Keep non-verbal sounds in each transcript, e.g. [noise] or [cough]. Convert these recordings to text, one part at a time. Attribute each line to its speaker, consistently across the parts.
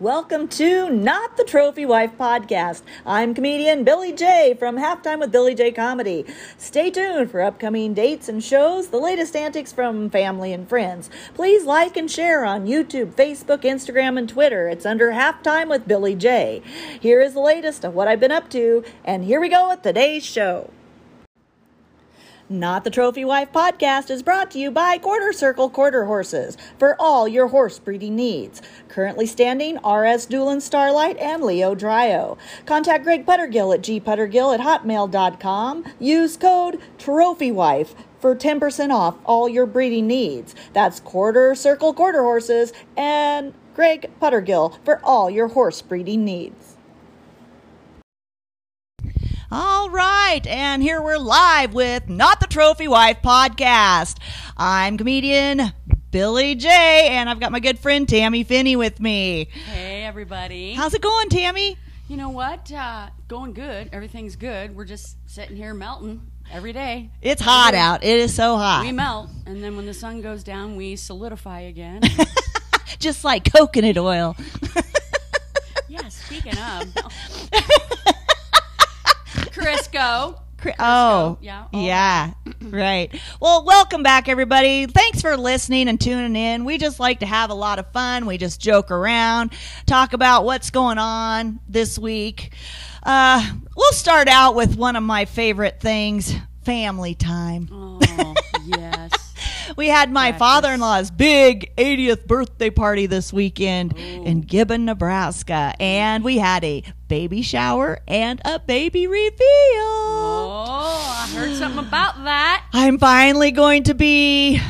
Speaker 1: Welcome to Not the Trophy Wife podcast. I'm comedian Billy J from Halftime with Billy J Comedy. Stay tuned for upcoming dates and shows, the latest antics from family and friends. Please like and share on YouTube, Facebook, Instagram, and Twitter. It's under Halftime with Billy J. Here is the latest of what I've been up to, and here we go with today's show. Not the Trophy Wife podcast is brought to you by Quarter Circle Quarter Horses for all your horse breeding needs. Currently standing RS Doolin Starlight and Leo Dryo. Contact Greg Puttergill at gputtergill at hotmail.com. Use code TrophyWife for 10% off all your breeding needs. That's Quarter Circle Quarter Horses and Greg Puttergill for all your horse breeding needs. All right, and here we're live with Not the Trophy Wife podcast. I'm comedian Billy J, and I've got my good friend Tammy Finney with me.
Speaker 2: Hey, everybody.
Speaker 1: How's it going, Tammy?
Speaker 2: you know what? Uh, going good. Everything's good. We're just sitting here melting every day.
Speaker 1: It's hot out. It is so hot.
Speaker 2: We melt, and then when the sun goes down, we solidify
Speaker 1: [laughs]
Speaker 2: again.
Speaker 1: Just like coconut oil.
Speaker 2: yeah, speaking of. Crisco.
Speaker 1: Cri- Oh,
Speaker 2: yeah, all
Speaker 1: yeah,
Speaker 2: [clears throat]
Speaker 1: right. Well, welcome back, everybody. Thanks for listening and tuning in. We just like to have a lot of fun. We just joke around, talk about what's going on this week. Uh, we'll start out with one of my favorite things family time.
Speaker 2: Oh, yes.
Speaker 1: We had my
Speaker 2: Practice.
Speaker 1: father in law's big 80th birthday party this weekend in Gibbon, Nebraska, and we had a baby shower and a baby reveal.
Speaker 2: Oh, I heard something about that.
Speaker 1: I'm finally going to be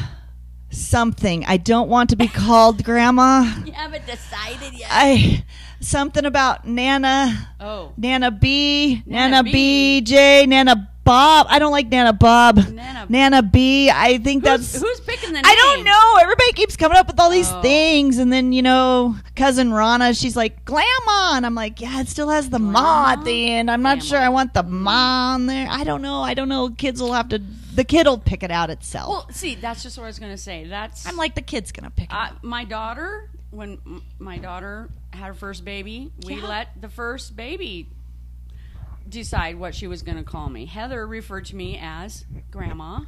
Speaker 1: something. I don't want to
Speaker 2: [laughs]
Speaker 1: be called grandma.
Speaker 2: You haven't decided yet.
Speaker 1: I something about Nana,
Speaker 2: Oh,
Speaker 1: Nana B,
Speaker 2: Nana
Speaker 1: Nana, B. J, Nana Bob. I don't like Nana Bob.
Speaker 2: Nana-
Speaker 1: Nana B. I think
Speaker 2: who's,
Speaker 1: that's
Speaker 2: who's picking the name?
Speaker 1: I don't know. Everybody keeps coming up with all these
Speaker 2: Oh.
Speaker 1: things, and then you know, cousin Rana, she's like "Glamon," and I'm like, yeah, it still has the ma at the end. I'm not
Speaker 2: Glamon.
Speaker 1: sure I want the ma on there. I don't know. I don't know. Kids will have to. The kid will pick it out itself.
Speaker 2: Well, see, that's just what I was going to say. That's
Speaker 1: I'm like, the kid's gonna pick it.
Speaker 2: Uh,
Speaker 1: out.
Speaker 2: my daughter, when m- my daughter had her first baby, we
Speaker 1: Yeah.
Speaker 2: let the first baby decide what she was going to call me. Heather referred to me as Grandma,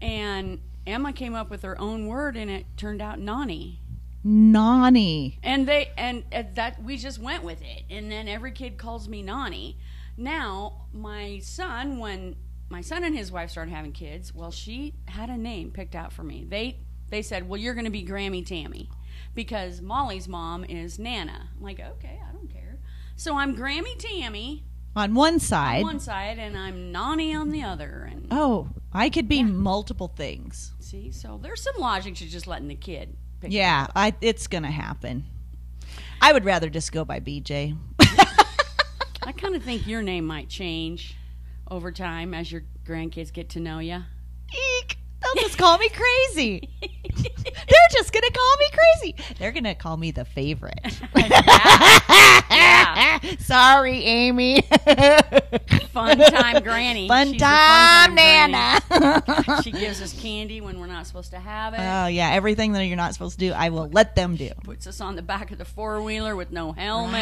Speaker 2: and Emma came up with her own word, and it turned out Nani.
Speaker 1: Nani.
Speaker 2: And they and, and that we just went with it, and then every kid calls me Nani. Now my son, when my son and his wife started having kids, well, she had a name picked out for me. They they said, well, you're going to be Grammy Tammy, because Molly's mom is Nana. I'm like, okay, I don't care. So I'm Grammy Tammy
Speaker 1: On one side.
Speaker 2: on one side, and I'm Nani on the other. And
Speaker 1: Oh, I could be multiple things.
Speaker 2: see, so there's some logic to just letting the kid. pick it
Speaker 1: Yeah, I, it's gonna happen. I would rather just go by BJ.
Speaker 2: I kind of think your name might change over time as your grandkids get to know you.
Speaker 1: [laughs] Eek. They'll just call me crazy. They're just gonna call me crazy. They're gonna call me the
Speaker 2: [laughs]
Speaker 1: favorite. Sorry, Amy.
Speaker 2: Fun time, Granny.
Speaker 1: Fun
Speaker 2: She's a
Speaker 1: time,
Speaker 2: Granny.
Speaker 1: Nana.
Speaker 2: [laughs] She gives us candy when we're not supposed to have it.
Speaker 1: oh yeah, everything that you're not supposed to do, I will let them do.
Speaker 2: puts us on the back of the four wheeler with no helmet.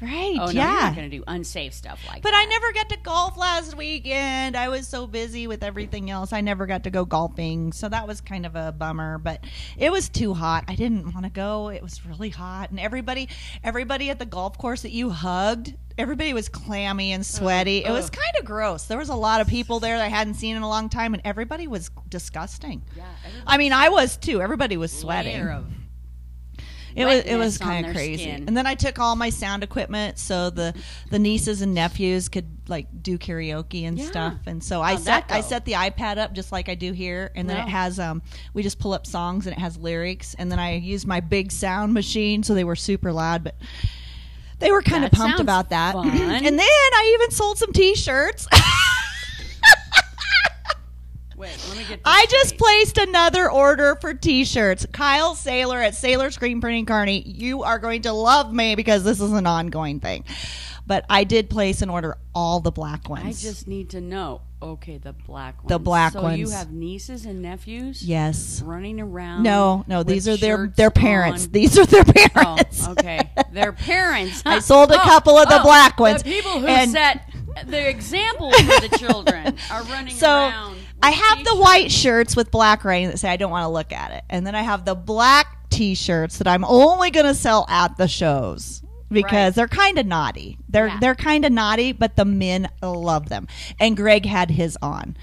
Speaker 1: Right, right,
Speaker 2: Oh no, you're
Speaker 1: yeah.
Speaker 2: not going to do unsafe stuff like
Speaker 1: but
Speaker 2: that.
Speaker 1: I never got to golf last weekend. I was so busy with everything else. I never got to go golfing. So that was kind of a bummer, but it was too hot. I didn't want to go. It was really hot and everybody everybody at the golf course that you hugged, everybody was clammy and sweaty. it was
Speaker 2: ugh.
Speaker 1: kind of gross. There was a lot of people there that I hadn't seen in a long time and everybody was disgusting.
Speaker 2: Yeah, every
Speaker 1: I mean, I was too. Everybody was sweating.
Speaker 2: layer of
Speaker 1: It was it
Speaker 2: wetness
Speaker 1: was
Speaker 2: on
Speaker 1: kind of
Speaker 2: their
Speaker 1: crazy.
Speaker 2: skin.
Speaker 1: And then I took all my sound equipment so the the nieces and nephews could like do karaoke and
Speaker 2: Yeah.
Speaker 1: stuff. And so I
Speaker 2: How'd
Speaker 1: set
Speaker 2: that
Speaker 1: I
Speaker 2: go?
Speaker 1: set the iPad up just like I do here, and then
Speaker 2: Wow.
Speaker 1: it has um we just pull up songs and it has lyrics, and then I used my big sound machine so they were super loud, but. They were kind of
Speaker 2: That
Speaker 1: pumped
Speaker 2: sounds
Speaker 1: about that. [clears throat]
Speaker 2: fun.
Speaker 1: and then I even sold some t [laughs] shirts.
Speaker 2: Wait, let me get. This
Speaker 1: I just
Speaker 2: straight.
Speaker 1: placed another order for t-shirts. Kyle Sailor at Sailor Screen Printing Carney, you are going to love me because this is an ongoing thing. But I did place and order all the black ones.
Speaker 2: I just need to know. okay, the black ones.
Speaker 1: The black
Speaker 2: so you
Speaker 1: ones.
Speaker 2: have nieces and nephews
Speaker 1: yes.
Speaker 2: running around.
Speaker 1: No, no,
Speaker 2: with
Speaker 1: these are their [laughs]
Speaker 2: shirts
Speaker 1: their parents.
Speaker 2: on.
Speaker 1: These are their
Speaker 2: Oh,
Speaker 1: parents.
Speaker 2: okay. Their parents.
Speaker 1: [laughs]
Speaker 2: Oh,
Speaker 1: I sold a couple of the black ones,
Speaker 2: The people who
Speaker 1: and-
Speaker 2: set the example for the children
Speaker 1: [laughs]
Speaker 2: are running
Speaker 1: so
Speaker 2: around. with
Speaker 1: I have the
Speaker 2: these-
Speaker 1: white shirts with black writing that say I don't want to look at it, and then I have the black T-shirts that I'm only going to sell at the shows because
Speaker 2: Right.
Speaker 1: they're kind of naughty. They're
Speaker 2: Yeah.
Speaker 1: they're kind of naughty, but the men love them. And Greg had his
Speaker 2: [laughs]
Speaker 1: on.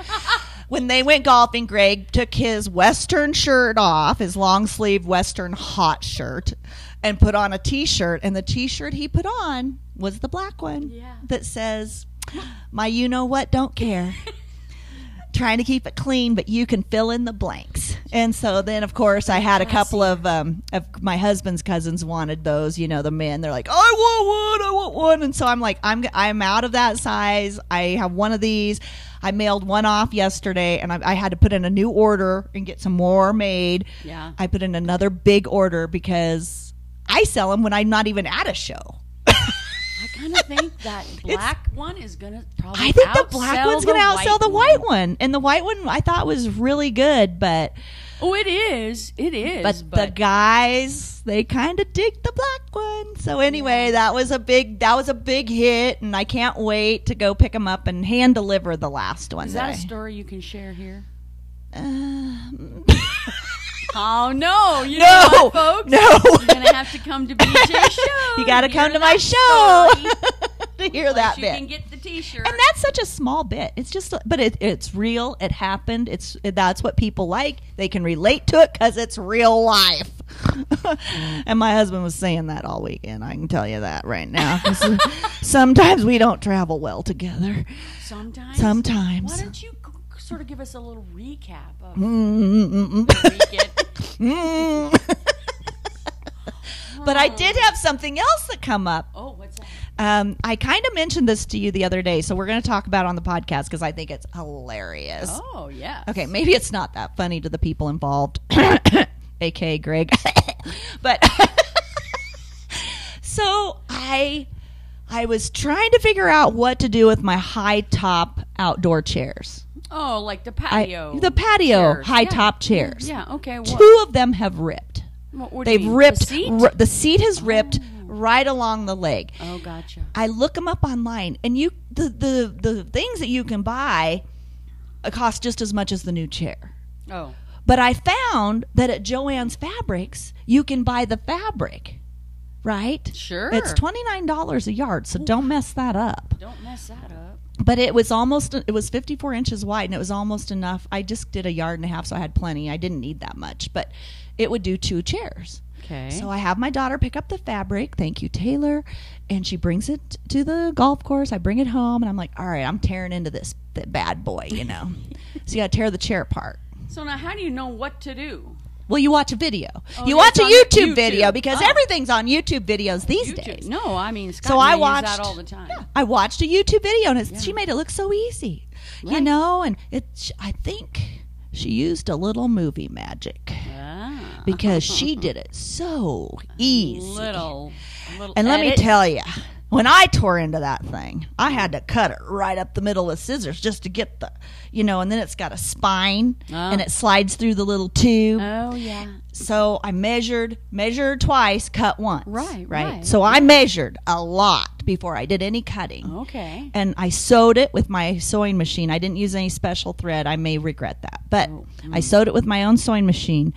Speaker 1: When they went golfing, Greg took his Western shirt off, his long sleeve Western hot shirt, and put on a t shirt. And the t shirt he put on was the black one
Speaker 2: Yeah.
Speaker 1: that says, My you know what, don't care. Trying to keep it clean, but you can fill in the blanks. And so then, of course, I had a couple of um, of my husband's cousins wanted those. You know, the men they're like, "I want one, I want one," and so I'm like, "I'm I'm out of that size. I have one of these. I mailed one off yesterday, and I, I had to put in a new order and get some more made.
Speaker 2: Yeah.
Speaker 1: I put in another big order because I sell them when I'm not even at a show.
Speaker 2: I kind of think [laughs] that black one is gonna probably.
Speaker 1: I think the black
Speaker 2: outsell
Speaker 1: one's going to
Speaker 2: the
Speaker 1: outsell the white one. and the white one I thought was really good, but
Speaker 2: Oh, it is. It is.
Speaker 1: but, the guys they kind of dig the black one. So anyway, that was a big that was a big hit, and I can't wait to go pick them up and hand deliver the last one.
Speaker 2: is that a
Speaker 1: I-
Speaker 2: story you can share here?
Speaker 1: Um, [laughs]
Speaker 2: Oh no! You know
Speaker 1: no,
Speaker 2: what, folks.
Speaker 1: no,
Speaker 2: [laughs] You're gonna have to come to [laughs] BJ's show.
Speaker 1: you got to
Speaker 2: to
Speaker 1: come to
Speaker 2: hear
Speaker 1: my
Speaker 2: that story. [laughs]
Speaker 1: show [laughs] to hear
Speaker 2: Plus
Speaker 1: that
Speaker 2: you
Speaker 1: bit.
Speaker 2: can get the T-shirt.
Speaker 1: and that's such a small bit it's just but it, it's real it happened it's that's what people like they can relate to it because it's real life [laughs] and my husband was saying that all weekend i can tell you that right now 'Cause uh, sometimes we don't travel well together [laughs]
Speaker 2: sometimes. Mm. Why
Speaker 1: sometimes
Speaker 2: don't you c- sort of give us a little recap of
Speaker 1: Mm-mm-mm-mm.
Speaker 2: the [laughs] weekend?
Speaker 1: Mm. but i did have something else that come up
Speaker 2: Oh, what's that?
Speaker 1: Um, I kind of mentioned this to you the other day, so we're going to talk about it on the podcast because I think it's hilarious.
Speaker 2: Oh, yeah.
Speaker 1: Okay, maybe it's not that funny to the people involved, [coughs] aka Greg, [coughs] but [laughs] so I I was trying to figure out what to do with my high top outdoor chairs.
Speaker 2: Oh, like the
Speaker 1: I-
Speaker 2: patio.
Speaker 1: the patio
Speaker 2: chairs.
Speaker 1: high
Speaker 2: Yeah.
Speaker 1: top chairs.
Speaker 2: Yeah. Okay. What,
Speaker 1: Two of them have ripped.
Speaker 2: what, what do you
Speaker 1: They've
Speaker 2: mean?
Speaker 1: ripped.
Speaker 2: The seat?
Speaker 1: ri- the seat has ripped right along the leg.
Speaker 2: oh, gotcha.
Speaker 1: I look them up online, and you the the the things that you can buy uh, cost just as much as the new chair.
Speaker 2: Oh,
Speaker 1: But I found that at Joann's Fabrics, you can buy the fabric, right?
Speaker 2: sure.
Speaker 1: It's twenty nine dollars a yard, so don't mess that up.
Speaker 2: Don't mess that up.
Speaker 1: But it was almost it was fifty four inches wide, and it was almost enough. I just did a yard and a half, so I had plenty. I didn't need that much, but it would do two chairs.
Speaker 2: Okay.
Speaker 1: So I have my daughter pick up the fabric. Thank you, Taylor. And she brings it to the golf course. I bring it home, and I'm like, all right, I'm tearing into this th- bad boy, you
Speaker 2: [laughs]
Speaker 1: know. so you got to tear the chair apart.
Speaker 2: so now, how do you know what to do?
Speaker 1: Well, you watch a video.
Speaker 2: Oh,
Speaker 1: you
Speaker 2: it's
Speaker 1: watch a
Speaker 2: on
Speaker 1: YouTube,
Speaker 2: YouTube.
Speaker 1: video because
Speaker 2: Oh.
Speaker 1: everything's on YouTube videos these
Speaker 2: YouTube.
Speaker 1: days.
Speaker 2: No, I mean, Scott
Speaker 1: So
Speaker 2: and
Speaker 1: I
Speaker 2: use
Speaker 1: watched
Speaker 2: that all the time.
Speaker 1: Yeah, I watched a YouTube video, and it's,
Speaker 2: Yeah.
Speaker 1: she made it look so easy, you
Speaker 2: Right.
Speaker 1: know. And it, sh- I think she used a little movie magic
Speaker 2: Ah. [laughs]
Speaker 1: because she did it so easy.
Speaker 2: Little, little.
Speaker 1: And let me
Speaker 2: edit.
Speaker 1: tell you, when I tore into that thing, I had to cut it right up the middle with scissors just to get the, you know, and then it's got a spine
Speaker 2: Ah.
Speaker 1: and it slides through the little tube.
Speaker 2: Oh yeah.
Speaker 1: So I measured, measured twice, cut once.
Speaker 2: Right, right.
Speaker 1: So I measured a lot before I did any cutting.
Speaker 2: Okay.
Speaker 1: And I sewed it with my sewing machine. I didn't use any special thread. I may regret that. But
Speaker 2: Oh, mm.
Speaker 1: I sewed it with my own sewing machine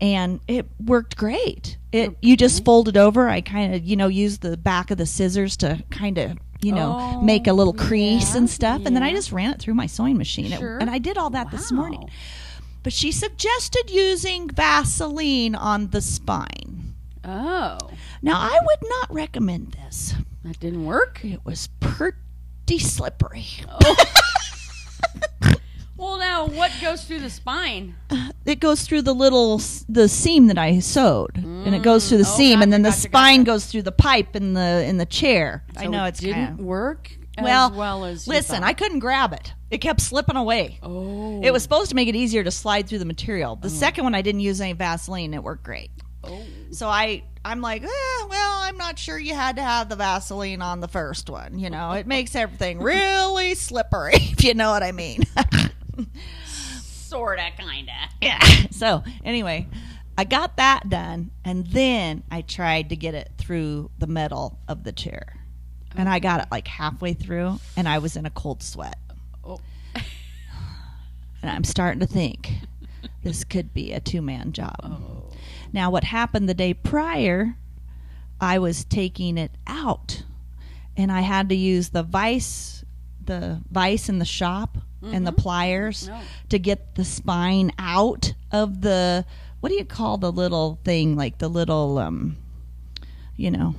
Speaker 1: and it worked great. It you just folded over. I kind of, you know, used the back of the scissors to kind of, you know,
Speaker 2: Oh,
Speaker 1: make a little crease
Speaker 2: yeah,
Speaker 1: and stuff. And then I
Speaker 2: yeah.
Speaker 1: just ran it through my sewing machine. It-
Speaker 2: Sure.
Speaker 1: and I did all that this morning.
Speaker 2: Wow.
Speaker 1: But she suggested using Vaseline on the spine.
Speaker 2: Oh,
Speaker 1: Now, I would not recommend this.
Speaker 2: that didn't work.
Speaker 1: It was pretty slippery.
Speaker 2: Oh.
Speaker 1: [laughs]
Speaker 2: Well, now what goes through the spine?
Speaker 1: it goes through the little s- the seam that I sewed, and it goes through the
Speaker 2: Oh,
Speaker 1: seam,
Speaker 2: gotcha,
Speaker 1: and then the
Speaker 2: gotcha,
Speaker 1: spine goes through the pipe in the in the chair. I
Speaker 2: So
Speaker 1: know
Speaker 2: it
Speaker 1: it's
Speaker 2: didn't
Speaker 1: kind
Speaker 2: work as
Speaker 1: well.
Speaker 2: well, as you
Speaker 1: listen,
Speaker 2: thought.
Speaker 1: I couldn't grab it; it kept slipping away.
Speaker 2: oh Mm.
Speaker 1: It was supposed to make it easier to slide through the material. The second one, I didn't use any Vaseline; it worked great.
Speaker 2: oh
Speaker 1: So I I'm like, eh, well, I I'm not sure you had to have the Vaseline on the first one. You know, it makes
Speaker 2: [laughs]
Speaker 1: everything really slippery, [laughs] if you know what I mean. [laughs]
Speaker 2: Sorta, kinda.
Speaker 1: yeah. [laughs] So, anyway, I got that done, and then I tried to get it through the metal of the chair. And I got it like halfway through, and I was in a cold sweat.
Speaker 2: Oh.
Speaker 1: and I'm starting to think this could be a two man job. Now, what happened the day prior, I was taking it out and I had to use the vice, the vice in the shop and the pliers
Speaker 2: No.
Speaker 1: to get the spine out of the, what do you call the little thing? Like the little, um, you know,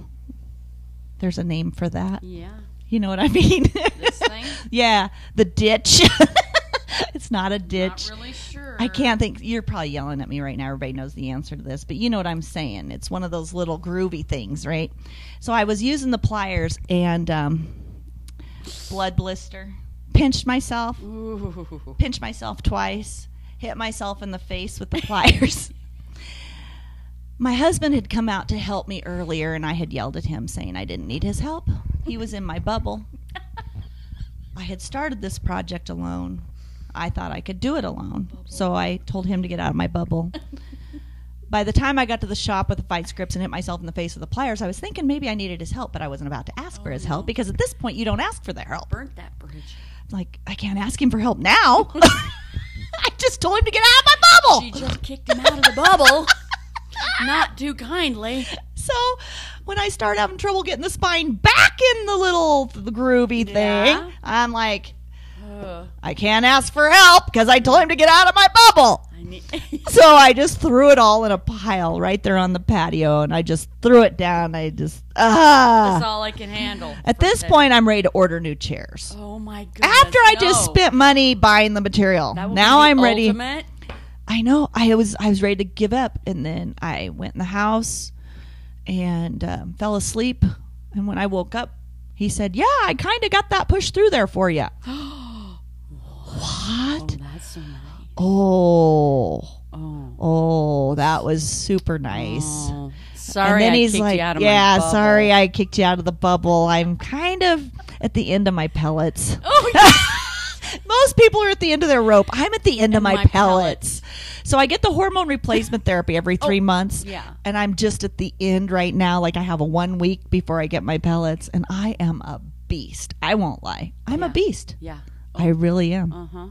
Speaker 1: there's a name for that.
Speaker 2: Yeah.
Speaker 1: You know what I mean? [laughs]
Speaker 2: This thing.
Speaker 1: yeah, the ditch. [laughs] it's not a ditch.
Speaker 2: Not really sure.
Speaker 1: I can't think. You're probably yelling at me right now. Everybody knows the answer to this, but you know what I'm saying. It's one of those little groovy things, right? So I was using the pliers and um, blood blister. Pinched myself.
Speaker 2: Ooh.
Speaker 1: Pinched myself twice. Hit myself in the face with the pliers. My husband had come out to help me earlier, and I had yelled at him saying I didn't need his help. He was in my bubble. I had started this project alone. I thought I could do it alone. So I told him to get out of my bubble. By the time I got to the shop with the fight scripts and hit myself in the face with the pliers, I was thinking maybe I needed his help, but I wasn't about to ask for his help because at this point you don't ask for their help.
Speaker 2: Burnt that bridge.
Speaker 1: Like, I can't ask him for help now. [laughs] I just told him to get out of my bubble.
Speaker 2: She just kicked him out of the bubble. Not too kindly.
Speaker 1: [laughs] So when I start having trouble getting the spine back in the little th- groovy
Speaker 2: Yeah.
Speaker 1: thing, I'm like,
Speaker 2: Ugh,
Speaker 1: I can't ask for help because I told him to get out of my bubble.
Speaker 2: I need. [laughs]
Speaker 1: So I just threw it all in a pile right there on the patio, and I just threw it down. I just ah.
Speaker 2: That's all I can handle.
Speaker 1: At
Speaker 2: for
Speaker 1: this
Speaker 2: today.
Speaker 1: point, I'm ready to order new chairs.
Speaker 2: Oh my god.
Speaker 1: After I just spent money buying the material,
Speaker 2: That will
Speaker 1: now
Speaker 2: be the
Speaker 1: I'm ready.
Speaker 2: ultimate.
Speaker 1: I know. I was I was ready to give up, and then I went in the house and um, fell asleep. And when I woke up, he said, "Yeah, I kind of got that push through there for
Speaker 2: [gasps]
Speaker 1: you."
Speaker 2: Oh,
Speaker 1: what?
Speaker 2: that's so nice.
Speaker 1: Oh,
Speaker 2: Oh.
Speaker 1: oh, that was super nice.
Speaker 2: Oh. Sorry,
Speaker 1: and then
Speaker 2: I
Speaker 1: he's
Speaker 2: kicked
Speaker 1: like,
Speaker 2: you out of my
Speaker 1: "Yeah,
Speaker 2: bubble."
Speaker 1: sorry, I kicked you out of the bubble. I'm kind of at the end of my
Speaker 2: [laughs]
Speaker 1: pellets."
Speaker 2: [laughs] Oh, yeah.
Speaker 1: [laughs] Most people are at the end of their rope. I'm at the end of my,
Speaker 2: my
Speaker 1: pellets. So I get the hormone replacement therapy every three months.
Speaker 2: Oh, yeah.
Speaker 1: And I'm just at the end right now. Like I have a one week before I get my pellets. And I am a beast. I won't lie. I'm a beast.
Speaker 2: yeah.
Speaker 1: I really am.
Speaker 2: Uh huh.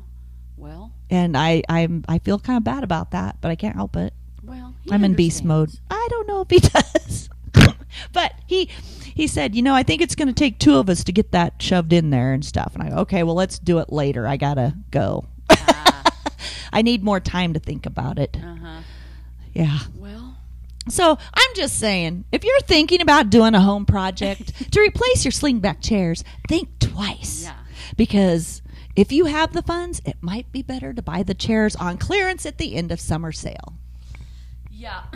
Speaker 2: Well,
Speaker 1: And I, I'm I feel kind of bad about that, but I can't help it.
Speaker 2: well. he
Speaker 1: I'm in beast
Speaker 2: understands.
Speaker 1: mode. I don't know if he [laughs] does. but he he said, you know, I think it's going to take two of us to get that shoved in there and stuff. And I go, okay, well, let's do it later. I gotta go. Ah. [laughs] I need more time to think about it.
Speaker 2: Uh-huh.
Speaker 1: Yeah.
Speaker 2: Well,
Speaker 1: So I'm just saying, if you're thinking about doing a home [laughs] project to replace your slingback chairs, think twice.
Speaker 2: Yeah.
Speaker 1: Because if you have the funds, it might be better to buy the chairs on clearance at the end of summer sale.
Speaker 2: yeah. [clears throat]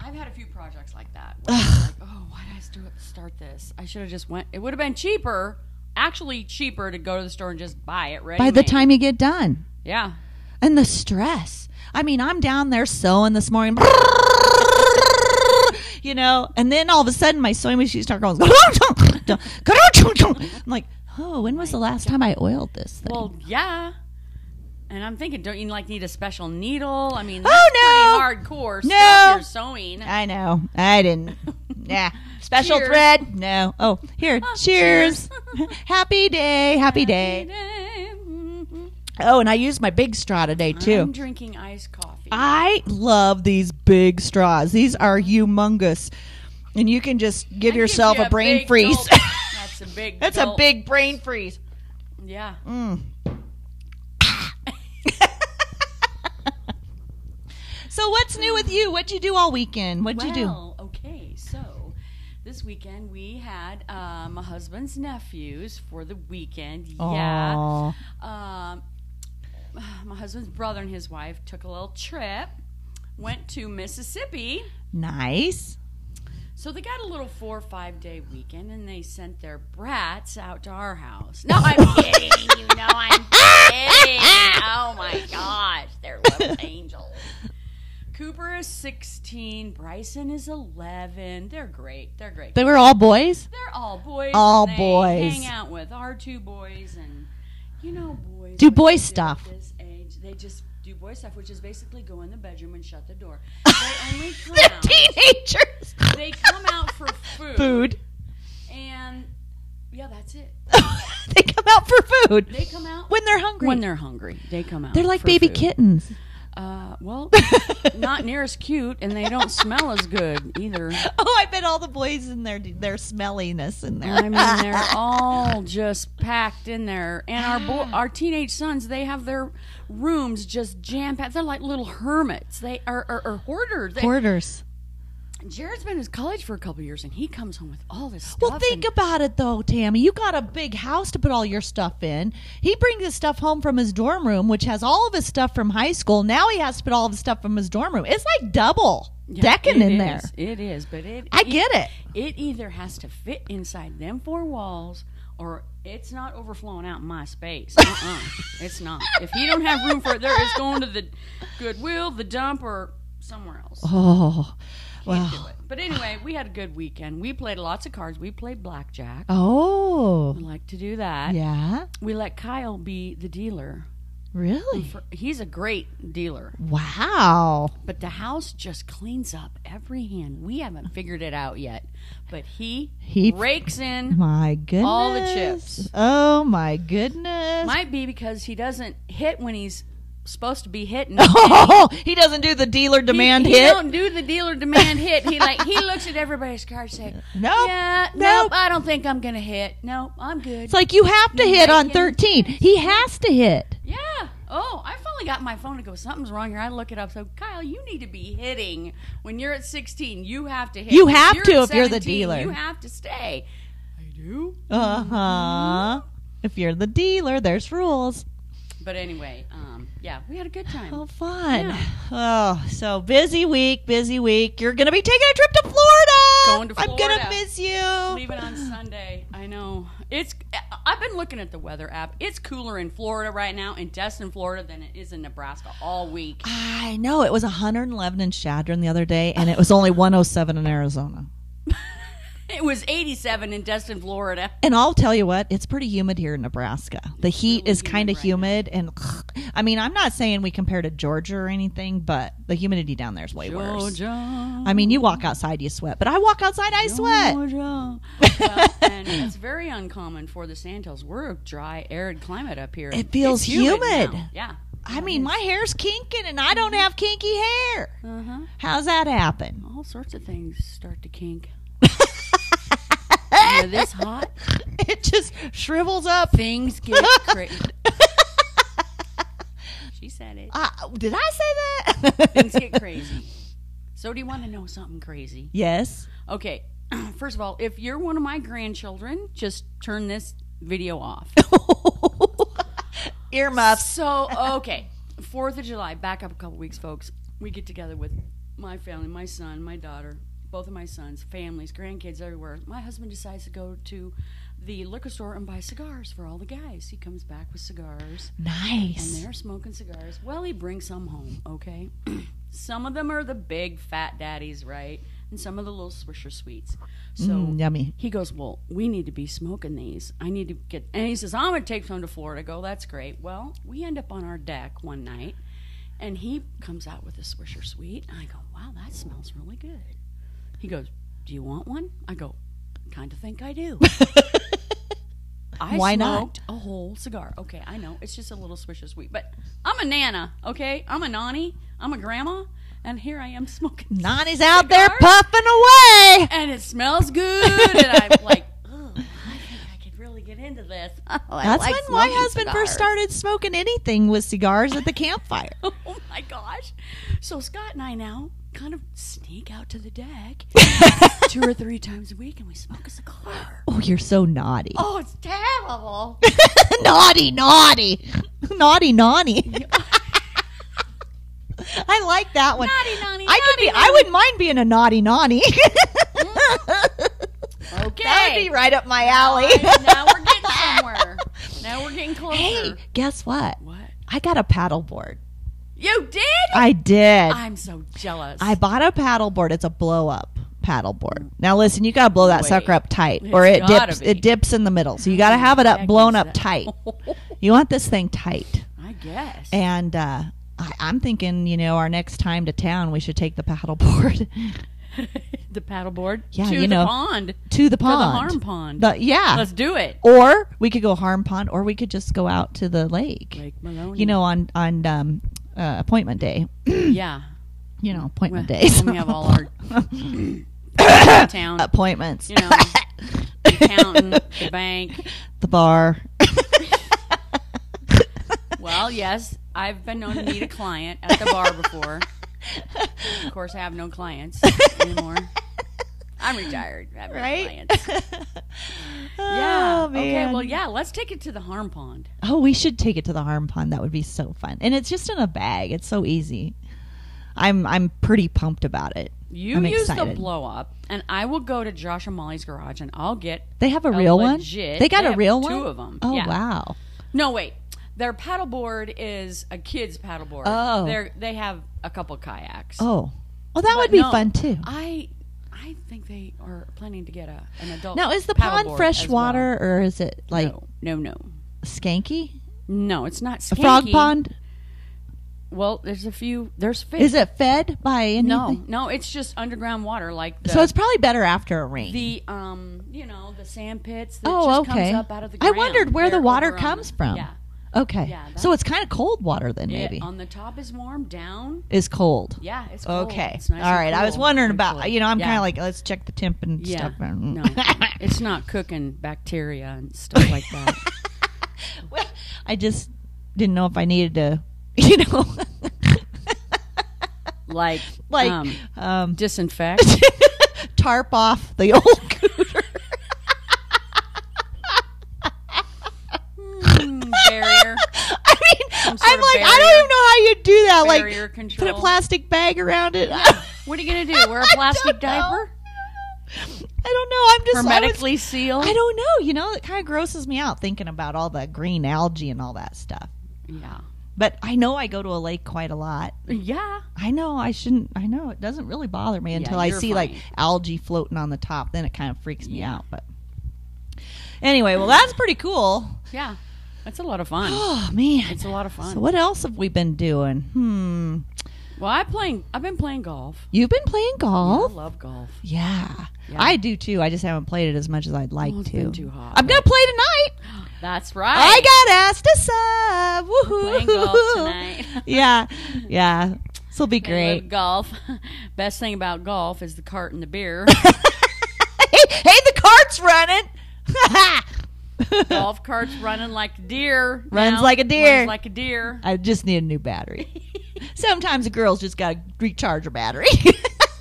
Speaker 2: I've had a few projects like that. Where it's like, oh, why did I stu- start this? I should have just went. It would have been cheaper, actually cheaper, to go to the store and just buy it ready.
Speaker 1: By the time you get done.
Speaker 2: yeah.
Speaker 1: and the stress. I mean, I'm down there sewing this morning, you know, and then all of a sudden my sewing machine starts going. I'm like, oh, when was the last time I oiled this thing?
Speaker 2: Well, yeah. And I'm thinking, don't you like need a special needle? I mean, that's
Speaker 1: Oh,
Speaker 2: pretty hardcore
Speaker 1: No. Ah,
Speaker 2: stuff you're sewing.
Speaker 1: I know, I didn't. Nah, special
Speaker 2: Cheers.
Speaker 1: thread. No. Oh, here. cheers.
Speaker 2: cheers.
Speaker 1: [laughs] happy day. Happy day.
Speaker 2: Mhm.
Speaker 1: Oh, and I used my big straw today
Speaker 2: I'm
Speaker 1: too.
Speaker 2: drinking iced coffee.
Speaker 1: I love these big straws. These are humongous. And you can just give
Speaker 2: That gives
Speaker 1: yourself
Speaker 2: you
Speaker 1: a brain
Speaker 2: big
Speaker 1: freeze. [laughs]
Speaker 2: gulp. That's a big.
Speaker 1: That's a
Speaker 2: gulp.
Speaker 1: big brain freeze.
Speaker 2: Yeah.
Speaker 1: Mm.
Speaker 2: [laughs]
Speaker 1: So what's new with you? What'd you do all weekend? What'd you do?
Speaker 2: Well, okay, so this weekend we had uh, my husband's nephews for the weekend. Yeah.
Speaker 1: Aw.
Speaker 2: Um, [sighs] my husband's brother and his wife took a little trip, went to Mississippi.
Speaker 1: Nice.
Speaker 2: So they got a little four or five day weekend and they sent their brats out to our house. No, I'm kidding. You know I'm kidding. Oh my gosh, they're little angels. Cooper is 16. Bryson is 11. They're great. They're great.
Speaker 1: They were all boys.
Speaker 2: They're all boys.
Speaker 3: All
Speaker 2: and they
Speaker 3: boys.
Speaker 2: Hang out with our two boys and you know boys.
Speaker 1: Do
Speaker 2: what
Speaker 1: boy
Speaker 2: they at
Speaker 1: stuff.
Speaker 2: this age, they just do boy stuff, which is basically go in the bedroom and shut the door. They
Speaker 1: [laughs]
Speaker 2: only come out.
Speaker 1: Teenagers.
Speaker 2: They come out
Speaker 1: [laughs]
Speaker 2: for food.
Speaker 1: food.
Speaker 2: And yeah, that's it.
Speaker 1: they come out for food.
Speaker 2: They come out
Speaker 1: when they're hungry.
Speaker 2: when they're hungry. They come out.
Speaker 1: they're like
Speaker 2: for
Speaker 1: baby
Speaker 2: food.
Speaker 1: [laughs] kittens.
Speaker 2: Uh,
Speaker 1: [laughs]
Speaker 2: well, not near as cute, and they don't smell as good either.
Speaker 3: Oh, I bet all the boys in their their smelliness in there.
Speaker 2: I mean, they're all just packed in there, and our
Speaker 1: [gasps]
Speaker 2: bo- our teenage sons they have their rooms just jam packed. They're like little hermits. They are, are, are hoarders. They-
Speaker 1: Hoarders.
Speaker 2: Jared's been in college for a couple years, and he comes home with all this stuff.
Speaker 1: Well, think
Speaker 2: and-
Speaker 1: about it though, Tammy. You got a big house to put all your stuff in. He brings his stuff home from his dorm room, which has all of his stuff from high school. Now he has to put all of his stuff from his dorm room. It's like double
Speaker 2: Yeah,
Speaker 1: decking in
Speaker 2: it is.
Speaker 1: there.
Speaker 2: It is, but it
Speaker 1: I get it.
Speaker 2: it either has to fit inside them four walls or it's not overflowing out in my space.
Speaker 1: [laughs]
Speaker 2: Uh-uh. it's not. If you don't have room for it, there it's going to the Goodwill, the dump, or somewhere
Speaker 1: [sighs]
Speaker 2: else.
Speaker 1: Oh,
Speaker 2: Can't
Speaker 1: wow.
Speaker 2: do it. But anyway, we had a good weekend. We played lots of cards. We played blackjack.
Speaker 1: Oh,
Speaker 2: We like to do that.
Speaker 1: yeah.
Speaker 2: We let Kyle be the dealer.
Speaker 1: Really?
Speaker 2: For- He's a great dealer,
Speaker 1: Wow.
Speaker 2: but the house just cleans up every hand. We haven't figured it out yet, but he,
Speaker 1: He-
Speaker 2: rakes
Speaker 1: [laughs]
Speaker 2: in
Speaker 1: My goodness.
Speaker 2: All the chips.
Speaker 1: Oh my goodness.
Speaker 2: Might be because he doesn't hit when he's supposed to be hitting.
Speaker 1: [laughs] oh, he doesn't do the dealer demand
Speaker 2: [laughs] he, He
Speaker 1: hit.
Speaker 2: don't do the dealer demand hit. He like he looks at everybody's card say,
Speaker 1: [laughs] Nope.
Speaker 2: yeah,
Speaker 1: Nope.
Speaker 2: nope, I don't think I'm gonna hit. Nope, I'm good.
Speaker 1: It's like you have to hit on
Speaker 2: Making-
Speaker 1: 13. He has to hit.
Speaker 2: yeah. Oh, I finally got my phone to go. Something's wrong here. I look it up. So Kyle, you need to be hitting when you're at 16. You have to hit.
Speaker 1: You have
Speaker 2: you're
Speaker 1: to
Speaker 2: at
Speaker 1: if you're the
Speaker 2: 17,
Speaker 1: dealer.
Speaker 2: You have to stay. I do.
Speaker 1: Uh huh. If you're the dealer, there's rules.
Speaker 2: But anyway, um, yeah, we had a good time.
Speaker 1: Oh, fun.
Speaker 2: Yeah.
Speaker 1: Oh, so busy week, busy week. You're going to be taking a trip to Florida.
Speaker 2: Going to
Speaker 1: I'm going to
Speaker 2: Florida.
Speaker 1: miss you. [sighs]
Speaker 2: leaving on Sunday. I know. It's I- I've been looking at the weather app. It's cooler in Florida right now in Destin, Florida than it is in Nebraska all
Speaker 1: [laughs]
Speaker 2: week.
Speaker 1: I know. It was 111 in Shadron the other day, and it was only 107 in Arizona.
Speaker 2: It was 87 in Destin, Florida.
Speaker 1: And I'll tell you what, it's pretty humid here in Nebraska. The heat is kind of humid, and [sighs] I mean, I'm not saying we compare to Georgia or anything, but the humidity down there is way worse.
Speaker 2: Georgia.
Speaker 1: I mean, you walk outside, you sweat, but I walk outside, I sweat. [laughs]
Speaker 2: Georgia. Well, and it's very uncommon for the Sandhills. We're a dry, arid climate up here.
Speaker 1: It feels
Speaker 2: It's
Speaker 1: humid.
Speaker 2: now. Yeah.
Speaker 1: I mean, my hair's kinking, and I
Speaker 2: Mm-hmm.
Speaker 1: don't have kinky hair.
Speaker 2: Uh-huh.
Speaker 1: How's that happen?
Speaker 2: All sorts of things start
Speaker 1: [laughs]
Speaker 2: to kink. When you're this hot,
Speaker 1: It just shrivels up.
Speaker 2: things
Speaker 1: [laughs]
Speaker 2: get crazy. she said it.
Speaker 1: Uh, did I say that?
Speaker 2: things get crazy. So, do you want to know something
Speaker 1: [laughs]
Speaker 2: crazy? [laughs]
Speaker 1: yes.
Speaker 2: Okay, [clears throat] first of all, if you're one of my grandchildren, just turn this video off.
Speaker 1: Earmuffs.
Speaker 2: so, okay, Fourth of July, back up a couple weeks, folks. We get together with my family, my son, my daughter, both of my sons, families, grandkids everywhere. My husband decides to go to the liquor store and buy cigars for all the guys. He comes back with cigars. and
Speaker 1: Nice.
Speaker 2: they're smoking cigars. Well, he brings some home, okay? [clears throat] some of them are the big fat daddies, right? And some of the little Swisher sweets. So
Speaker 1: Mm, yummy.
Speaker 2: he goes, Well, we need to be smoking these. I need to get. And he says, I'm going to take some to Florida. I go, That's great. Well, we end up on our deck one night, and he comes out with a Swisher sweet. And I go, Wow, that smells really good. He goes, Do you want one? I go, Kind of think I do.
Speaker 1: [laughs]
Speaker 2: I
Speaker 1: Why not?
Speaker 2: smoked a whole cigar. Okay, I know. It's just a little Swisher sweet. But I'm a Nana, okay? I'm a Nani. I'm a grandma. And here I am [laughs] smoking.
Speaker 1: Nani's out there
Speaker 2: Cigars?
Speaker 1: puffing away.
Speaker 2: and it smells good. And
Speaker 1: [laughs]
Speaker 2: I'm like, oh, I think I could really get into this. [laughs] Oh, I
Speaker 1: That's
Speaker 2: like
Speaker 1: when my
Speaker 2: smoking
Speaker 1: husband first
Speaker 2: cigars.
Speaker 1: started smoking anything with cigars at the
Speaker 2: [laughs]
Speaker 1: campfire.
Speaker 2: Oh my gosh. So Scott and I now kind of sneak out to the deck
Speaker 1: [laughs]
Speaker 2: two or three times a week and we smoke a cigar.
Speaker 1: oh, you're so naughty.
Speaker 2: Oh, it's terrible.
Speaker 1: [laughs] naughty, naughty. naughty, naughty. [laughs] I like that one.
Speaker 2: Naughty, naughty,
Speaker 1: I could be
Speaker 2: naughty,
Speaker 1: I wouldn't mind being a naughty naughty. [laughs]
Speaker 2: Okay.
Speaker 1: that would be right up my alley.
Speaker 2: now we're getting
Speaker 1: [laughs]
Speaker 2: somewhere. Now we're getting closer.
Speaker 1: hey, guess what?
Speaker 2: What?
Speaker 1: I got a paddle board.
Speaker 2: You did?
Speaker 1: I did.
Speaker 2: am so jealous.
Speaker 1: I bought a paddleboard. It's a blow up paddleboard. Now listen, you gotta blow that
Speaker 2: Wait.
Speaker 1: sucker up tight, or it
Speaker 2: It's gotta
Speaker 1: dips.
Speaker 2: be.
Speaker 1: It dips in the middle, so you gotta have it up,
Speaker 2: Heck
Speaker 1: blown
Speaker 2: is
Speaker 1: up
Speaker 2: that?
Speaker 1: tight. You want this thing tight,
Speaker 2: [laughs] I guess.
Speaker 1: and uh, I, I'm thinking, you know, our next time to town, we should take the paddleboard
Speaker 2: [laughs]
Speaker 1: [laughs]
Speaker 2: the paddleboard
Speaker 1: Yeah,
Speaker 2: to
Speaker 1: you
Speaker 2: the
Speaker 1: know,
Speaker 2: pond.
Speaker 1: to the
Speaker 2: To the
Speaker 1: pond.
Speaker 2: harm pond.
Speaker 1: The- yeah,
Speaker 2: Let's do it.
Speaker 1: or we could go harm pond, or we could just go out to the lake.
Speaker 2: Lake Maloney.
Speaker 1: You know, on on um, uh, appointment day.
Speaker 2: yeah. [coughs]
Speaker 1: You know,
Speaker 2: Well,
Speaker 1: appointment days.
Speaker 2: When we have all
Speaker 1: [laughs] [coughs]
Speaker 2: our town,
Speaker 1: appointments.
Speaker 2: you know, the accountant,
Speaker 1: [laughs]
Speaker 2: the bank.
Speaker 1: the bar.
Speaker 2: Well, yes, I've been known to meet a client at the bar before. Of course, I have no clients anymore. I'm retired. I have no
Speaker 1: Right? [laughs]
Speaker 2: clients. Yeah.
Speaker 1: Oh,
Speaker 2: Okay.
Speaker 1: man.
Speaker 2: Well, yeah. Let's take it to the harm pond.
Speaker 1: Oh, we should take it to the harm pond. That would be so fun. And it's just in a bag. It's so easy. I'm I'm pretty pumped about it.
Speaker 2: You
Speaker 1: I'm
Speaker 2: use the
Speaker 1: excited.
Speaker 2: blow up, and I will go to Josh and Molly's garage, and I'll get.
Speaker 1: They have a, real
Speaker 2: legit-
Speaker 1: one. They got
Speaker 2: they
Speaker 1: a
Speaker 2: have
Speaker 1: real
Speaker 2: two
Speaker 1: one.
Speaker 2: of 'em.
Speaker 1: Oh
Speaker 2: Yeah.
Speaker 1: wow.
Speaker 2: No, wait. Their paddleboard is a kid's paddleboard.
Speaker 1: Oh.
Speaker 2: They're, they have a couple kayaks.
Speaker 1: Oh, well, that would
Speaker 2: But
Speaker 1: be
Speaker 2: no,
Speaker 1: fun too.
Speaker 2: I I think they are planning to get a an adult.
Speaker 1: Now, is the pond
Speaker 2: paddleboard as
Speaker 1: freshwater or is it
Speaker 2: well.
Speaker 1: like
Speaker 2: No, no, no.
Speaker 1: skanky?
Speaker 2: No, it's not
Speaker 1: A frog
Speaker 2: skanky.
Speaker 1: pond?
Speaker 2: Well, there's a few. There's fish.
Speaker 1: Is it fed by anything?
Speaker 2: No, no. It's just underground water, like the,
Speaker 1: So it's probably better after a rain.
Speaker 2: the um, you know, the sand pits. That
Speaker 1: oh,
Speaker 2: just
Speaker 1: okay.
Speaker 2: Comes up out of the
Speaker 1: I
Speaker 2: ground.
Speaker 1: wondered where
Speaker 2: They're
Speaker 1: the water
Speaker 2: over on
Speaker 1: comes from.
Speaker 2: Yeah.
Speaker 1: Okay.
Speaker 2: Yeah,
Speaker 1: so it's kind of cold water then,
Speaker 2: Yeah,
Speaker 1: maybe.
Speaker 2: on the top is warm. Down.
Speaker 1: is cold.
Speaker 2: Yeah. It's cold.
Speaker 1: Okay.
Speaker 2: It's nice
Speaker 1: All
Speaker 2: and
Speaker 1: right. I was
Speaker 2: cool
Speaker 1: wondering
Speaker 2: and
Speaker 1: about,
Speaker 2: cool.
Speaker 1: you know, I'm
Speaker 2: Yeah.
Speaker 1: kind of like, let's check the temp and
Speaker 2: Yeah.
Speaker 1: stuff. [laughs]
Speaker 2: no, it's not cooking bacteria and stuff like that.
Speaker 1: [laughs] Well, I just didn't know if I needed to, [laughs] you know,
Speaker 2: like
Speaker 1: like [laughs]
Speaker 2: um,
Speaker 1: um,
Speaker 2: disinfect.
Speaker 1: [laughs] tarp off the old [laughs] cooter.
Speaker 2: Mm, barrier.
Speaker 1: I mean, I'm
Speaker 2: sort
Speaker 1: like,
Speaker 2: of
Speaker 1: I don't
Speaker 2: barrier-
Speaker 1: even know how you do that.
Speaker 2: barrier
Speaker 1: Like,
Speaker 2: control.
Speaker 1: put a plastic bag around it. [laughs]
Speaker 2: What are you gonna do? Wear a plastic diaper?
Speaker 1: I don't know. I'm just I was-
Speaker 2: Hermetically sealed?
Speaker 1: I don't know. You know, it kind of grosses me out thinking about all the green algae and all that stuff.
Speaker 2: Yeah.
Speaker 1: But I know I go to a lake quite a lot.
Speaker 2: Yeah.
Speaker 1: I know I shouldn't. I know it doesn't really bother me until I
Speaker 2: you're
Speaker 1: see like
Speaker 2: fine.
Speaker 1: algae floating on the top. Then it kind of freaks me
Speaker 2: Yeah.
Speaker 1: out. But anyway, well, that's pretty cool.
Speaker 2: Yeah. That's a lot
Speaker 1: [gasps]
Speaker 2: of fun.
Speaker 1: Oh man.
Speaker 2: It's a lot of fun.
Speaker 1: So what else have we been doing? Hmm.
Speaker 2: Well, I playing I've been playing golf.
Speaker 1: You've been playing golf.
Speaker 2: I
Speaker 1: [gasps]
Speaker 2: love golf.
Speaker 1: Yeah.
Speaker 2: Yeah.
Speaker 1: I do too. I just haven't played it as much as I'd like
Speaker 2: Oh, it's
Speaker 1: to.
Speaker 2: been too hot,
Speaker 1: I'm gonna play tonight.
Speaker 2: That's right.
Speaker 1: I got asked to sub. Woohoo!
Speaker 2: playing golf tonight.
Speaker 1: [laughs]
Speaker 2: [laughs]
Speaker 1: yeah, yeah. This will be
Speaker 2: I love
Speaker 1: great. [laughs]
Speaker 2: golf. [laughs] Best thing about golf is the cart and
Speaker 1: [laughs]
Speaker 2: the beer.
Speaker 1: hey, hey, the cart's
Speaker 2: [laughs]
Speaker 1: running.
Speaker 2: golf cart's running like a deer.
Speaker 1: Runs
Speaker 2: now.
Speaker 1: like a deer.
Speaker 2: Runs like a deer.
Speaker 1: I just need a new
Speaker 2: [laughs]
Speaker 1: battery. Sometimes a girl's just got to recharge her battery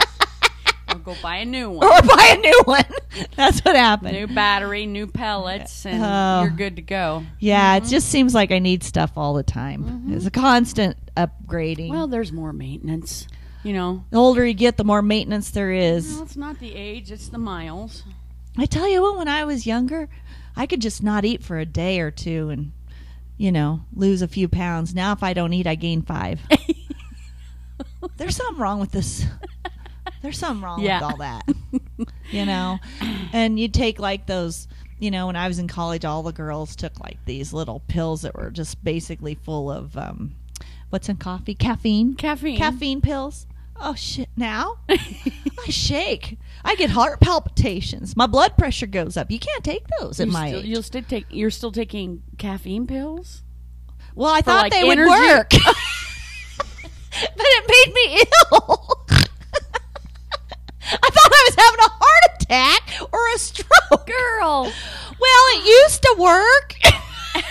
Speaker 1: [laughs]
Speaker 2: I'll go buy a new one.
Speaker 1: or buy a new one. [laughs] That's what happened.
Speaker 2: New battery, new pellets, and
Speaker 1: Oh.
Speaker 2: you're good to go.
Speaker 1: Yeah, it just seems like I need stuff all the time. It's a constant upgrading.
Speaker 2: Well, there's more maintenance. You know,
Speaker 1: the older you get, the more maintenance there is.
Speaker 2: Well, it's not the age, it's the miles.
Speaker 1: I tell you what, when I was younger, I could just not eat for a day or two and, you know, lose a few pounds. Now, if I don't eat, I gain
Speaker 2: [laughs]
Speaker 1: five. There's something wrong with this. There's something wrong
Speaker 2: Yeah.
Speaker 1: with all that, you know? And you take like those, you know, when I was in college, all the girls took like these little pills that were just basically full of, um, what's in coffee? Caffeine?
Speaker 2: Caffeine. [laughs]
Speaker 1: Caffeine pills. Oh, shit. Now? I shake. I get heart palpitations. My blood pressure goes up. You can't take those at
Speaker 2: You
Speaker 1: my
Speaker 2: still,
Speaker 1: age.
Speaker 2: you'll still take you're still taking caffeine pills?
Speaker 1: well, I thought
Speaker 2: like,
Speaker 1: they would
Speaker 2: energy. [laughs]
Speaker 1: work, but it made me ill. [laughs] I thought I was having a heart attack or a stroke.
Speaker 2: Girl.
Speaker 1: Well, it used to work. [laughs]
Speaker 2: I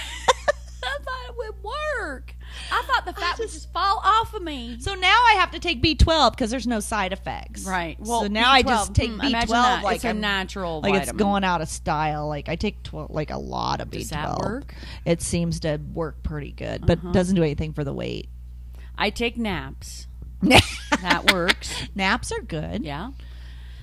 Speaker 2: thought it would work. I thought the fat would
Speaker 1: just-
Speaker 2: just fall off of me.
Speaker 1: so now I have to take B12 because there's no side effects.
Speaker 2: Right. Well,
Speaker 1: so now I just
Speaker 2: B12,
Speaker 1: take
Speaker 2: hmm,
Speaker 1: B12
Speaker 2: imagine that.
Speaker 1: like
Speaker 2: it's a
Speaker 1: I'm-
Speaker 2: natural
Speaker 1: like
Speaker 2: vitamin.
Speaker 1: it's going out of style. Like I take tw- like a lot of B12.
Speaker 2: Does that work? Uh-huh.
Speaker 1: It seems to work pretty good, but doesn't do anything for the weight. [laughs]
Speaker 2: I take naps. That works.
Speaker 1: Naps are good.
Speaker 2: Yeah.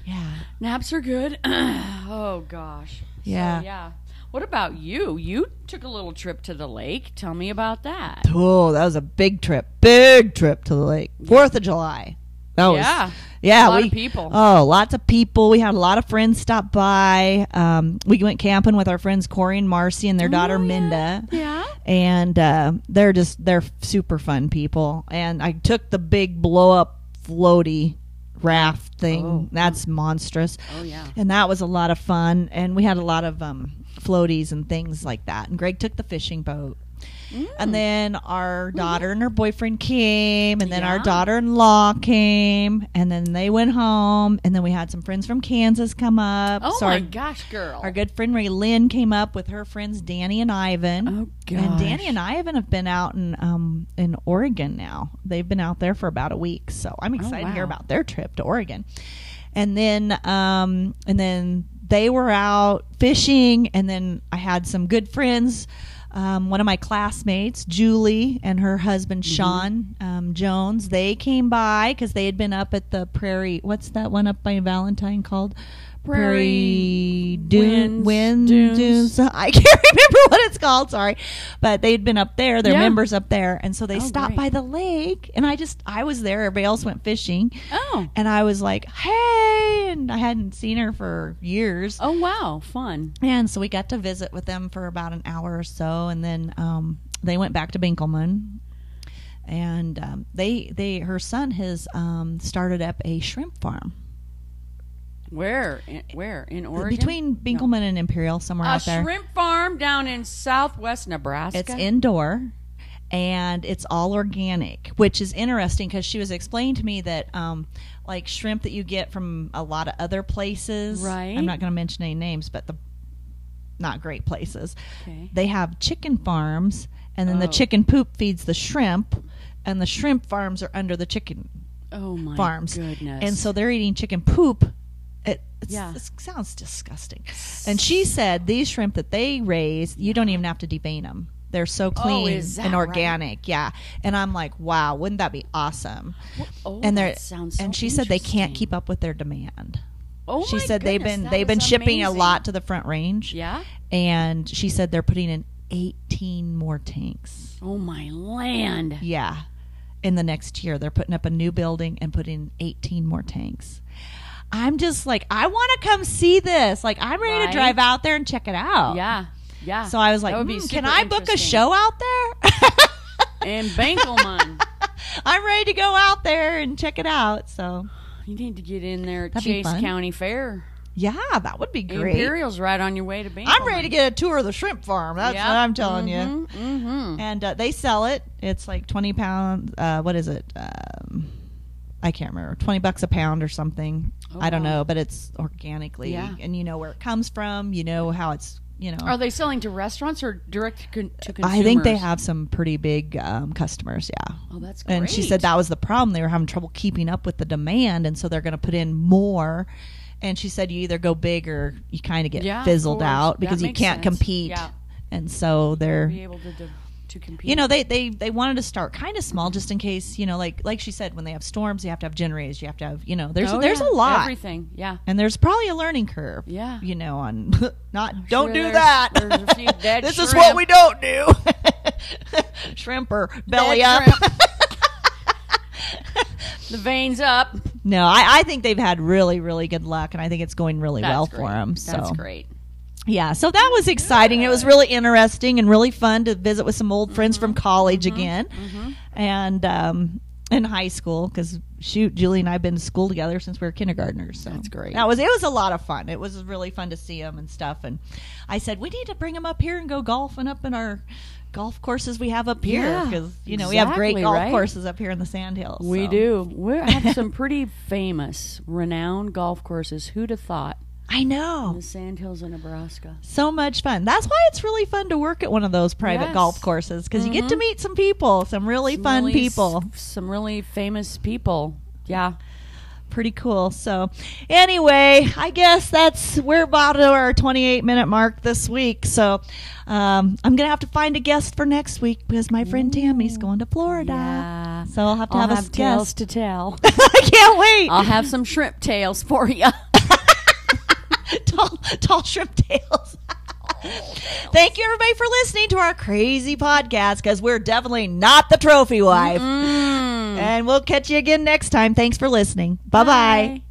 Speaker 1: Yeah.
Speaker 2: Naps are good. [clears throat] oh gosh. So,
Speaker 1: Yeah.
Speaker 2: yeah. What about you? You took a little trip to the lake. Tell me about that.
Speaker 1: Oh, that was a big trip. Big trip to the lake. Fourth of July. That was
Speaker 2: Yeah.
Speaker 1: yeah.
Speaker 2: A lot
Speaker 1: we,
Speaker 2: of people.
Speaker 1: Oh, lots of people. We had a lot of friends stop by. Um, we went camping with our friends Corey and Marcy and their
Speaker 2: Oh,
Speaker 1: daughter Minda.
Speaker 2: Yeah.
Speaker 1: And uh, they're just they're super fun people. And I took the big blow up floaty raft thing. That's monstrous.
Speaker 2: Oh, yeah.
Speaker 1: [sighs] And that was a lot of fun. And we had a lot of um, floaties and things like that. And Greg took the fishing boat.
Speaker 2: Mm.
Speaker 1: And then our daughter and her boyfriend came, and then our
Speaker 2: Yeah.
Speaker 1: daughter in law came, and then they went home. And then we had some friends from Kansas come up.
Speaker 2: Oh
Speaker 1: So our-
Speaker 2: my gosh, girl.
Speaker 1: Our good friend Ray Lynn came up with her friends Danny and Ivan.
Speaker 2: Oh,
Speaker 1: And
Speaker 2: gosh.
Speaker 1: Danny and Ivan have been out in um, in Oregon now. They've been out there for about a week, so I'm excited to hear
Speaker 2: Oh, wow.
Speaker 1: about their trip to Oregon. And then um, and then they were out fishing, and then I had some good friends. Um, one of my classmates, Julie, and her husband
Speaker 2: Mm-hmm.
Speaker 1: Sean um, Jones, they came by because they had been up at the Prairie. What's that one up by Valentine called?
Speaker 2: Prairie
Speaker 1: Dune, Wind
Speaker 2: Winds, Dunes.
Speaker 1: Dunes. I [laughs] can't remember what it's called. Sorry, but they'd been up there. Their
Speaker 2: Yeah. Oh,
Speaker 1: members up there, and so they stopped
Speaker 2: great.
Speaker 1: by the lake. And I just, I was there. Everybody else went fishing,
Speaker 2: oh.
Speaker 1: and I was like, "Hey!" And I hadn't seen her for years.
Speaker 2: Oh wow, fun.
Speaker 1: And so we got to visit with them for about an hour or so, and then um, they went back to Binkelman. And um, they, they, her son has um, started up a shrimp farm
Speaker 2: Where? In, where in Oregon?
Speaker 1: between Binkelman and Imperial, somewhere
Speaker 2: a
Speaker 1: out there.
Speaker 2: shrimp farm down in southwest Nebraska.
Speaker 1: It's indoor and it's all organic, which is interesting because she was explaining to me that um, like shrimp that you get from a lot of other places.
Speaker 2: Right.
Speaker 1: I'm not going to mention any names, but the not great places.
Speaker 2: Okay.
Speaker 1: They have chicken farms, and then the
Speaker 2: Oh.
Speaker 1: chicken poop feeds the shrimp, and the shrimp farms are under the chicken
Speaker 2: oh my
Speaker 1: farms.
Speaker 2: goodness.
Speaker 1: And so they're eating chicken poop. It, it's,
Speaker 2: Yeah.
Speaker 1: it sounds disgusting. And she said these shrimp that they raise, you don't even have to devein them. They're so clean
Speaker 2: Oh, is that
Speaker 1: and
Speaker 2: right?
Speaker 1: organic. Yeah. And I'm like, wow, wouldn't that be awesome?
Speaker 2: oh,
Speaker 1: and they're
Speaker 2: that sounds so
Speaker 1: and she said they can't
Speaker 2: interesting.
Speaker 1: keep up with their demand.
Speaker 2: Oh
Speaker 1: she
Speaker 2: my
Speaker 1: said they've
Speaker 2: goodness,
Speaker 1: been
Speaker 2: that
Speaker 1: they've been
Speaker 2: is
Speaker 1: shipping a
Speaker 2: amazing.
Speaker 1: lot to the front range.
Speaker 2: Yeah.
Speaker 1: And she said they're putting in 18 more tanks.
Speaker 2: Oh my land.
Speaker 1: Yeah. In the next year, they're putting up a new building and putting 18 more tanks. I'm just like, I want to come see this. Like, I'm ready to
Speaker 2: Right.
Speaker 1: drive out there and check it out.
Speaker 2: Yeah. Yeah.
Speaker 1: Oh. So [laughs] I was like,
Speaker 2: That would be
Speaker 1: "Hmm,
Speaker 2: super
Speaker 1: can I book a
Speaker 2: interesting."
Speaker 1: show out there? [laughs]
Speaker 2: in Bankelman.
Speaker 1: I'm ready to go out there and check it out. So,
Speaker 2: you need to get in there at
Speaker 1: That'd be
Speaker 2: Chase
Speaker 1: fun.
Speaker 2: County Fair.
Speaker 1: yeah, that would be great.
Speaker 2: Imperial's right on your way to Bankelman.
Speaker 1: I'm ready to get a tour of the shrimp farm. That's
Speaker 2: Yeah.
Speaker 1: what I'm telling you.
Speaker 2: Mm-hmm.
Speaker 1: And uh, they sell it. It's like 20 pounds. Uh, what is it? Um, I can't remember. 20 bucks a pound or something. I don't
Speaker 2: Oh, wow.
Speaker 1: know, but it's organically.
Speaker 2: Yeah.
Speaker 1: And you know where it comes from. You know how it's, you know.
Speaker 2: Are they selling to restaurants or direct to, con- to consumers?
Speaker 1: I think they have some pretty big um, customers, yeah.
Speaker 2: Oh, that's great.
Speaker 1: And she said that was the problem. They were having trouble keeping up with the demand, and so they're going to put in more. And she said you either go big or you kind of get
Speaker 2: Yeah, of
Speaker 1: fizzled
Speaker 2: course.
Speaker 1: out
Speaker 2: That
Speaker 1: because you
Speaker 2: makes
Speaker 1: can't
Speaker 2: sense.
Speaker 1: compete.
Speaker 2: Yeah.
Speaker 1: And so they're
Speaker 2: be able to, to, to compete.
Speaker 1: you know they, they they wanted to start kind of small just in case you know like like she said when they have storms you have to have generators you have to have you know there's
Speaker 2: Oh,
Speaker 1: there's a
Speaker 2: yeah.
Speaker 1: lot
Speaker 2: Everything. Yeah.
Speaker 1: and there's probably a learning curve
Speaker 2: Yeah.
Speaker 1: you know on [laughs] not don't
Speaker 2: sure
Speaker 1: do
Speaker 2: there's-
Speaker 1: that
Speaker 2: there's
Speaker 1: [laughs]
Speaker 2: a few dead
Speaker 1: this is what
Speaker 2: shrimp.
Speaker 1: we don't do [laughs] shrimp or belly up
Speaker 2: the veins up.
Speaker 1: [laughs] no I, I think they've had really really good luck and i think it's going really well
Speaker 2: That's
Speaker 1: for
Speaker 2: great.
Speaker 1: them so
Speaker 2: That's great.
Speaker 1: yeah so that was exciting it was really interesting and really fun to visit with some old friends
Speaker 2: Mm-hmm.
Speaker 1: from college again and um in high school because shoot julie and i've been to school together since we were kindergartners so that's
Speaker 2: great.
Speaker 1: that was it was a lot of fun it was really fun to see them and stuff and i said we need to bring them up here and go golfing up in our golf courses we have up here
Speaker 2: Yeah,
Speaker 1: because you know we have great
Speaker 2: exactly,
Speaker 1: golf
Speaker 2: right?
Speaker 1: courses up here in the sand hills
Speaker 2: We
Speaker 1: so.
Speaker 2: do. [laughs] We have some pretty famous, renowned golf courses. Who'd have thought?
Speaker 1: i know
Speaker 2: The Sandhills in Nebraska.
Speaker 1: so much fun. That's why it's really fun to work at one of those private
Speaker 2: Yes. Mm-hmm.
Speaker 1: golf courses because you get to meet some people, some really fun
Speaker 2: Really s-
Speaker 1: people.
Speaker 2: some really famous people. Yeah.
Speaker 1: Pretty cool. So, anyway, I guess that's we're about to our 28 minute mark this week. So, um, I'm gonna have to find a guest for next week because my friend Tammy's going to Florida.
Speaker 2: Yeah.
Speaker 1: So I'll have to
Speaker 2: I'll
Speaker 1: have,
Speaker 2: have
Speaker 1: a
Speaker 2: tales
Speaker 1: guest.
Speaker 2: to tell.
Speaker 1: [laughs] I can't wait. [laughs]
Speaker 2: I'll have some shrimp tails for you.
Speaker 1: tall, tall shrimp tails. Thank you, everybody, for listening to our crazy podcast because we're definitely not Mm.
Speaker 2: [laughs]
Speaker 1: the trophy wife. And we'll catch you again next time. Thanks for listening. Bye-bye. bye bye